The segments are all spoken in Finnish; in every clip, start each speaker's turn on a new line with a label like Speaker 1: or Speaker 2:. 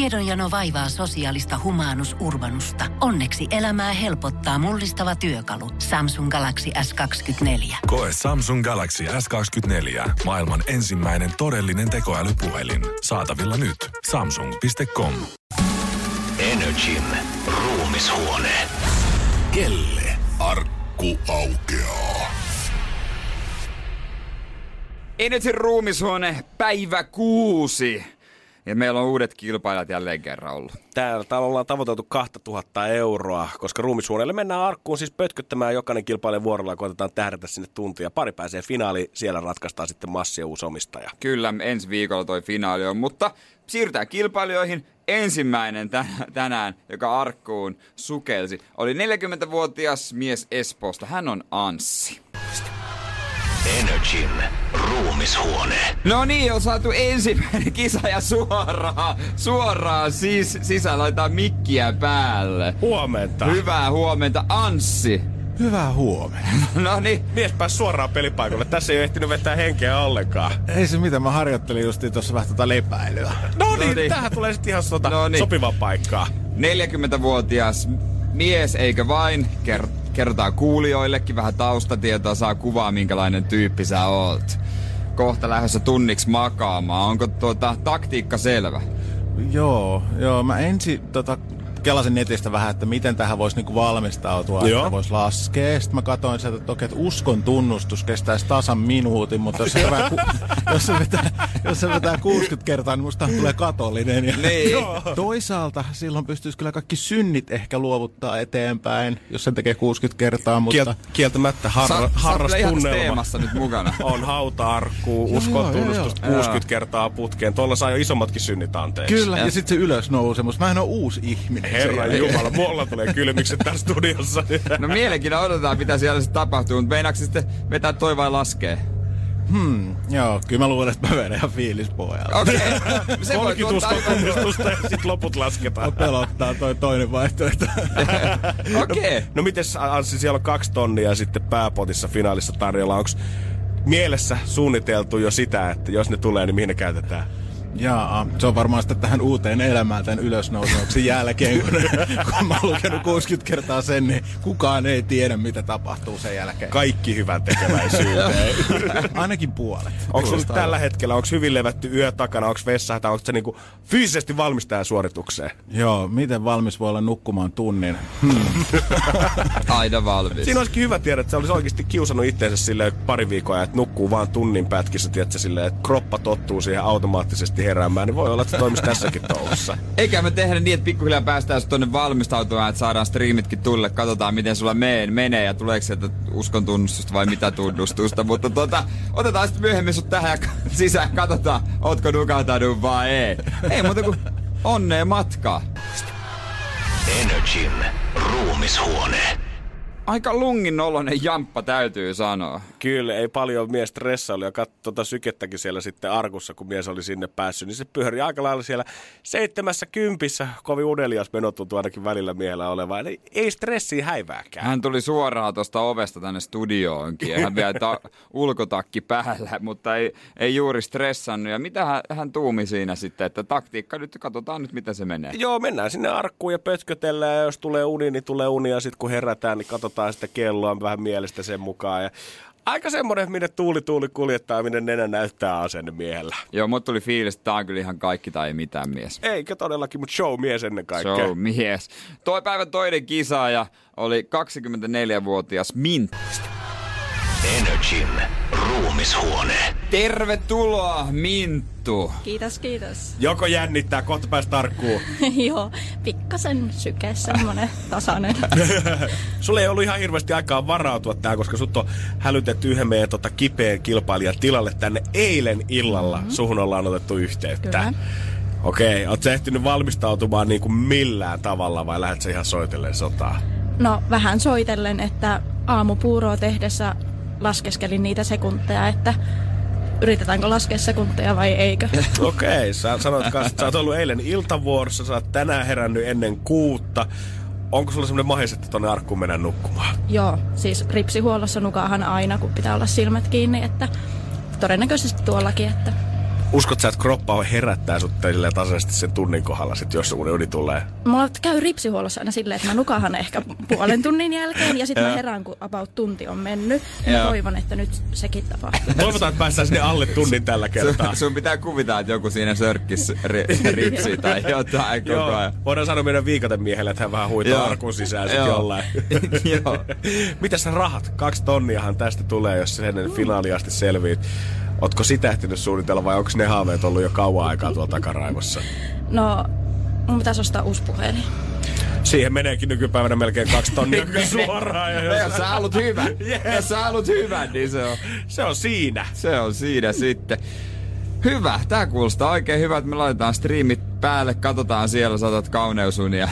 Speaker 1: Tiedonjano vaivaa sosiaalista humanus urbanusta. Onneksi elämää helpottaa mullistava työkalu. Samsung Galaxy S24.
Speaker 2: Koe Samsung Galaxy S24. Maailman ensimmäinen todellinen tekoälypuhelin. Saatavilla nyt. Samsung.com.
Speaker 3: Energin ruumishuone.
Speaker 4: Kelle arkku aukeaa?
Speaker 5: Energy Ruumishuone, päivä kuusi. Ja meillä on uudet kilpailijat jälleen kerran ollut.
Speaker 6: Täällä, täällä ollaan tavoiteltu 2000 euroa, koska ruumisuoneelle mennään arkkuun siis pötköttämään jokainen kilpailee vuorolla ja koitetaan tähdätä sinne tuntia. Pari pääsee finaaliin, siellä ratkaistaan sitten massia uusi omistaja.
Speaker 5: Kyllä, ensi viikolla toi finaali on, mutta siirrytään kilpailijoihin. Ensimmäinen tän- tänään, joka arkkuun sukelsi, oli 40-vuotias mies Espoosta. Hän on Anssi.
Speaker 3: Energin ruumishuone.
Speaker 5: No niin, on saatu ensimmäinen kisa ja suoraan, suoraan siis sisään laitetaan mikkiä päälle.
Speaker 6: Huomenta.
Speaker 5: Hyvää huomenta, Anssi.
Speaker 6: Hyvää huomenta.
Speaker 5: No niin,
Speaker 6: Mies pääsi suoraan pelipaikalle. Tässä ei ole ehtinyt vetää henkeä ollenkaan.
Speaker 7: Ei se mitä, mä harjoittelin justiin tuossa vähän tota lepäilyä.
Speaker 6: No
Speaker 5: No niin.
Speaker 6: niin, tähän tulee sitten ihan sota,
Speaker 5: No niin.
Speaker 6: sopivaa paikkaa.
Speaker 5: 40-vuotias mies, eikö vain? Ker- kertaa kuulijoillekin vähän taustatietoa, saa kuvaa, minkälainen tyyppi sä oot. Kohta lähdössä tunniksi makaamaan. Onko tuota, taktiikka selvä?
Speaker 7: Joo, joo. Mä ensin tota, kelasin netistä vähän, että miten tähän voisi niinku valmistautua,
Speaker 6: Joo.
Speaker 7: että voisi laskea. Sitten mä katsoin sieltä, että, okei, että uskon tunnustus kestäisi tasan minuutin, mutta jos se vetää, ku- jos se vetää, jos se vetää 60 kertaa, niin musta tulee katolinen. Ja
Speaker 5: Niin.
Speaker 7: Toisaalta silloin pystyisi kyllä kaikki synnit ehkä luovuttaa eteenpäin, jos sen tekee 60 kertaa, mutta...
Speaker 6: Kiel, kieltämättä har, harras
Speaker 5: sä oot Playhouse
Speaker 6: tunnelma.
Speaker 5: teemassa nyt mukana.
Speaker 6: On hautaarkku,
Speaker 7: joo,
Speaker 6: uskon
Speaker 7: joo,
Speaker 6: tunnustus 60 kertaa putkeen. Tuolla saa jo isommatkin synnit anteeksi.
Speaker 7: Kyllä, ja sitten se ylösnousemus. Mä en ole uusi ihminen. sen
Speaker 6: Herra
Speaker 7: jälkeen.
Speaker 6: Jumala, mulla tulee kylmikset tässä studiossa.
Speaker 5: No mielenkiinnolla odotetaan, mitä siellä sitten tapahtuu, mutta meinaatko sitten vetää toi vai laskee?
Speaker 7: Joo, kyllä mä luulen, että mä vedän ihan fiilispohjalta.
Speaker 5: Okei, okay. se voi
Speaker 6: Kolkit
Speaker 5: tuottaa.
Speaker 6: uskon tunnustusta ja sit loput lasketaan.
Speaker 7: pelottaa toi toinen vaihtoehto.
Speaker 5: Okei.
Speaker 6: No mites Anssi, siellä on kaksi tonnia sitten pääpotissa finaalissa tarjolla. Onko mielessä suunniteltu jo sitä, että jos ne tulee, niin mihin ne käytetään?
Speaker 7: Jaa, se on varmaan sitten tähän uuteen elämään tämän ylösnousemuksen jälkeen, kun, kun mä oon lukenut 60 kertaa sen, niin kukaan ei tiedä, mitä tapahtuu sen jälkeen.
Speaker 6: Kaikki hyvän tekeväisyyteen.
Speaker 7: Ainakin puolet.
Speaker 6: Onko se nyt
Speaker 7: Kuulostaa
Speaker 6: tällä hetkellä, onko hyvin levätty yö takana, onko vessahätä, onko se niinku fyysisesti valmis tähän suoritukseen?
Speaker 7: Joo, miten valmis voi olla nukkumaan tunnin? Hm,
Speaker 5: Aina valmis.
Speaker 6: Siinä olisikin hyvä tiedä, että se olisi oikeasti kiusannut itseensä silleen pari viikkoa, että nukkuu vaan tunnin pätkissä, tiedätkö, silleen, että kroppa tottuu siihen automaattisesti heräämään, niin voi olla, että se toimisi tässäkin touhussa.
Speaker 5: Eikä me tehdä niin, että pikkuhiljaa päästään sut tonne valmistautumaan, että saadaan striimitkin tulle, katsotaan miten sulla meen, menee ja tuleeko sieltä uskon tunnustusta vai mitä tunnustusta. Mutta tota, otetaan sitten myöhemmin sut tähän ja ka- sisään, katsotaan, ootko nukahtanut vai ei. Ei muuta kuin onnea matkaa.
Speaker 3: Energin ruumishuone.
Speaker 5: Aika lungin oloinen jamppa täytyy sanoa.
Speaker 6: Kyllä, ei paljon mies stressaili ja katso tota sykettäkin siellä sitten arkussa, kun mies oli sinne päässyt, niin se pyöri aika lailla siellä seitsemässä kympissä, kovin unelias meno tuntuu ainakin välillä miehellä olevan, eli ei stressiä häivääkään.
Speaker 5: Hän tuli suoraan tuosta ovesta tänne studioonkin ja hän vielä ta- ulkotakki päällä, mutta ei, ei juuri stressannut. Ja mitä hän, hän tuumi siinä sitten, että taktiikka nyt, katsotaan nyt miten se menee.
Speaker 6: Joo, mennään sinne arkkuun ja pötkötellään ja jos tulee uni, niin tulee uni ja sitten kun herätään, niin katsotaan sitä kelloa vähän mielestä sen mukaan. Ja aika semmoinen, minne tuuli tuuli kuljettaa, ja minne nenä näyttää asenne miehellä.
Speaker 5: Joo, mut tuli fiilis, että tää on kyllä ihan kaikki tai ei mitään mies.
Speaker 6: Eikö todellakin, mutta show mies ennen kaikkea.
Speaker 5: So mies. Toi päivän toinen kisaaja oli 24-vuotias Mint.
Speaker 3: Energin ruumishuone.
Speaker 5: Tervetuloa Minttu.
Speaker 8: Kiitos, kiitos.
Speaker 6: Joko jännittää, kohta päästä tarkkuun.
Speaker 8: Joo, pikkasen syke, semmonen tasainen.
Speaker 6: Sulla ei ollut ihan hirveästi aikaa varautua tähän, koska sut on hälytetty yhden meidän tota kipeän kilpailijan tilalle tänne eilen illalla. Mm-hmm. Suhun ollaan otettu yhteyttä.
Speaker 8: Kyllä.
Speaker 6: Okei, oot sä ehtinyt valmistautumaan niin kuin millään tavalla vai lähdet sä ihan soitelleen sotaan?
Speaker 8: No vähän soitellen, että aamupuuroa tehdessä laskeskelin niitä sekunteja, että yritetäänkö laskea sekunteja vai eikö.
Speaker 6: Eh. Okei, sä sanoit kanssa, että sä oot ollut eilen iltavuorossa, sä oot tänään herännyt ennen kuutta. Onko sulla semmoinen mahis, että tonne arkkuun mennään nukkumaan?
Speaker 8: Joo, siis ripsihuollossa nukahan aina, kun pitää olla silmät kiinni, että todennäköisesti tuollakin, että
Speaker 6: Uskot sä, että kroppa herättää sut tällä tasaisesti sen tunnin kohdalla, sit jos uni uni tulee?
Speaker 8: Mulla käy ripsihuollossa aina silleen, että mä nukahan ehkä puolen tunnin jälkeen ja sitten mä herään, kun about tunti on mennyt. Ja mä
Speaker 5: Joo.
Speaker 8: toivon, että nyt sekin tapahtuu.
Speaker 6: Toivotaan, että päästään sinne alle tunnin tällä kertaa.
Speaker 5: Sun, sun pitää kuvitella, että joku siinä sörkkis ri, ripsi tai jotain koko
Speaker 6: Joo,
Speaker 5: ajan.
Speaker 6: voidaan sanoa meidän viikaten miehelle, että hän vähän huitoo
Speaker 5: Joo.
Speaker 6: arkun sisään sit
Speaker 5: Joo.
Speaker 6: jollain.
Speaker 5: Joo.
Speaker 6: Mitäs sä rahat? Kaksi tonniahan tästä tulee, jos sen ennen finaaliin asti selviit. Ootko sitä ehtinyt suunnitella vai onko ne haaveet ollut jo kauan aikaa tuolla takaraivossa?
Speaker 8: No, mun pitäisi ostaa uusi puhelin.
Speaker 6: Siihen meneekin nykypäivänä melkein kaksi tonnia kyllä suoraan. Ja
Speaker 5: No,
Speaker 6: jos...
Speaker 5: jos sä haluat hyvän, jos sä haluat hyvän, niin se on,
Speaker 6: Se on siinä.
Speaker 5: se on siinä sitten. Hyvä, tää kuulostaa oikein hyvältä. Me laitetaan striimit päälle, katsotaan siellä, saatat kauneusunia.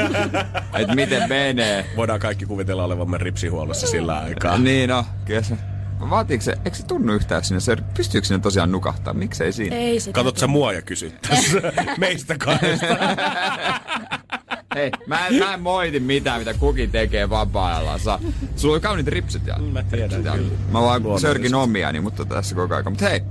Speaker 5: Et miten menee.
Speaker 6: Voidaan kaikki kuvitella olevamme ripsihuollossa sillä aikaa.
Speaker 5: Niin no, kyllä se. Vaatiiko se, eikö se tunnu yhtään sinne? Se, pystyykö sinne tosiaan nukahtaa? Miksei siinä?
Speaker 8: Ei sitä.
Speaker 6: Katot sä mua ja kysyt tässä. meistä kahdesta.
Speaker 5: Hei, mä en, mä en moiti mitään, mitä kukin tekee vapaa-ajallansa. Sulla oli kauniit ripsit ja...
Speaker 6: Mä tiedän,
Speaker 5: ripsit ja-
Speaker 6: kyllä.
Speaker 5: Mä vaan
Speaker 6: Luonnollisesti.
Speaker 5: sörkin omiani, niin mutta tässä koko ajan. Mutta hei,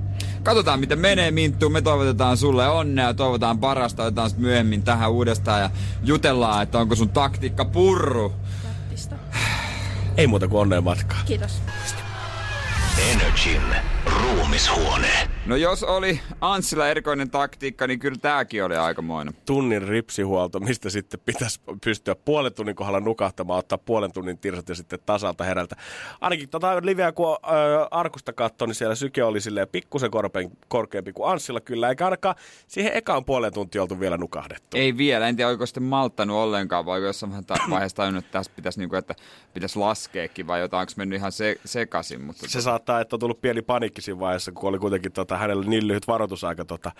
Speaker 5: katsotaan miten menee Minttu. Me toivotetaan sulle onnea, toivotaan parasta. Otetaan sit myöhemmin tähän uudestaan ja jutellaan, että onko sun taktiikka purru.
Speaker 8: Taktista.
Speaker 6: Ei muuta kuin onneen matkaa.
Speaker 8: Kiitos.
Speaker 3: Energin ruumishuone.
Speaker 5: No jos oli Anssilla erikoinen taktiikka, niin kyllä tääkin oli aikamoinen.
Speaker 6: tunnin ripsihuolto, mistä sitten pitäisi pystyä puolen tunnin kohdalla nukahtamaan, ottaa puolen tunnin tirsat ja sitten tasalta herältä. Ainakin tota liveä, kun ö, arkusta katsoo, niin siellä syke oli silleen pikkusen korpeen, korkeampi kuin Anssilla kyllä, eikä ainakaan siihen ekaan puolen tuntia oltu vielä nukahdettu.
Speaker 5: Ei vielä, en tiedä oliko sitten malttanut ollenkaan vai oliko jossain vähän ta- vaiheessa tajunnut, että tässä pitäisi, niinku, että pitäisi laskeekin vai jotain, onko mennyt ihan se- sekaisin. Mutta
Speaker 6: Se saattaa, että on tullut pieni paniikki siinä vaiheessa, kun oli kuitenkin tota, hänellä niin lyhyt varoitusaika tota,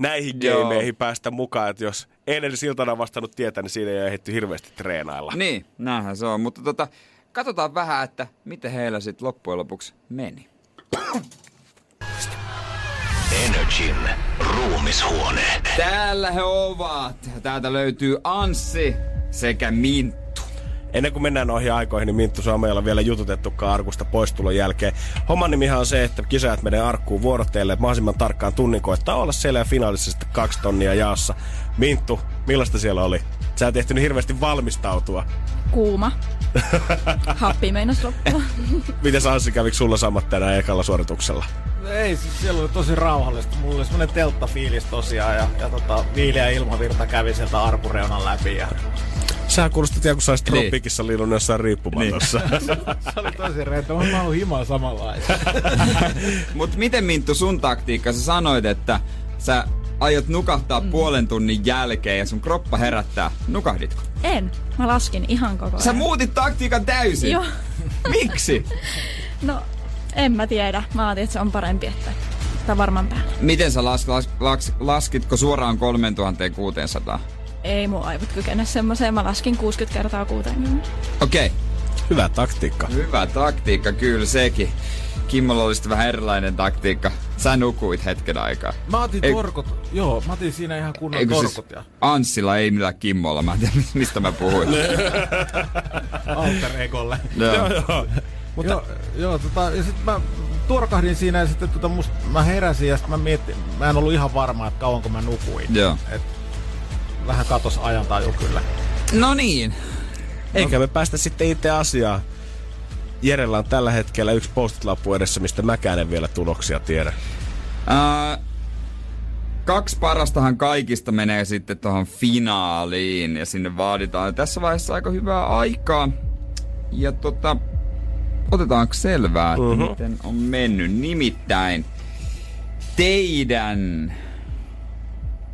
Speaker 6: näihin
Speaker 5: Joo.
Speaker 6: gameihin päästä mukaan, että jos eilen siltana vastannut tietää, niin siinä ei ole ehditty hirveästi treenailla.
Speaker 5: Niin, näinhän se on. Mutta tota, katsotaan vähän, että miten heillä sitten loppujen lopuksi meni.
Speaker 3: Energin ruumishuone.
Speaker 5: Täällä he ovat. Täältä löytyy Anssi sekä Minttu.
Speaker 6: Ennen kuin mennään noihin aikoihin, niin Minttu saa meillä vielä jututettukaan arkusta poistulon jälkeen. Homman nimihan on se, että kisajat menee arkkuun vuorotteille. Mahdollisimman tarkkaan tunnin koettaa olla siellä ja finaalissa sitten kaksi tonnia jaossa. Minttu, millaista siellä oli? Sä et ehtinyt hirveästi valmistautua.
Speaker 8: Kuuma. Happi meinas loppua.
Speaker 6: Miten Anssi kävikö sulla samat tänään ekalla suorituksella?
Speaker 7: Ei, siis siellä oli tosi rauhallista. Mulla oli semmonen telttafiilis tosiaan ja, ja tota, viileä ilmavirta kävi sieltä arpureunan läpi. Ja...
Speaker 6: Sä kuulostat joku saisi
Speaker 5: Niin.
Speaker 6: tropiikissa liilun jossain riippumatossa.
Speaker 7: Se oli tosi rento. Mä oon himaa samanlaista.
Speaker 5: Mutta miten Minttu sun taktiikka? Sä sanoit, että sä aiot nukahtaa mm. puolen tunnin jälkeen ja sun kroppa herättää. Nukahditko?
Speaker 8: En. Mä laskin ihan koko ajan.
Speaker 5: Sä muutit taktiikan täysin.
Speaker 8: Joo.
Speaker 5: Miksi?
Speaker 8: No, en mä tiedä. Mä ajattelin, että se on parempi, että sitä varman päälle.
Speaker 5: Miten sä las, las, las, laskitko suoraan 3600?
Speaker 8: Ei mun aivot kykene semmoiseen. Mä laskin 60 kertaa 60.
Speaker 5: Okei. Okay.
Speaker 6: Hyvä taktiikka.
Speaker 5: Hyvä taktiikka, kyllä sekin. Kimmolla oli sitten vähän erilainen taktiikka. Sä nukuit hetken aikaa.
Speaker 7: Mä otin
Speaker 5: Ei-
Speaker 7: torkot. Joo, mä otin siinä ihan kunnon
Speaker 5: Eikö siis
Speaker 7: torkot. Ja...
Speaker 5: Anssilla ei millään Kimmolla, mä en tiedä mistä mä puhuin.
Speaker 7: alter egolle.
Speaker 5: Joo.
Speaker 7: Mutta... Joo, joo tota, ja sit mä tuorkahdin siinä ja sitten tota, must, mä heräsin ja sit mä mietin, mä en ollut ihan varma, että kauanko mä nukuin.
Speaker 5: Joo.
Speaker 7: Et, vähän katos ajan taju kyllä.
Speaker 5: No niin.
Speaker 6: Eikä me päästä sitten itse asiaan. Jerellä on tällä hetkellä yksi postitlappu edessä, mistä mäkään en vielä tuloksia tiedä.
Speaker 5: Ää, kaksi parastahan kaikista menee sitten tuohon finaaliin ja sinne vaaditaan tässä vaiheessa aika hyvää aikaa. Ja tota, otetaanko selvää, että mm-hmm. miten on mennyt. Nimittäin teidän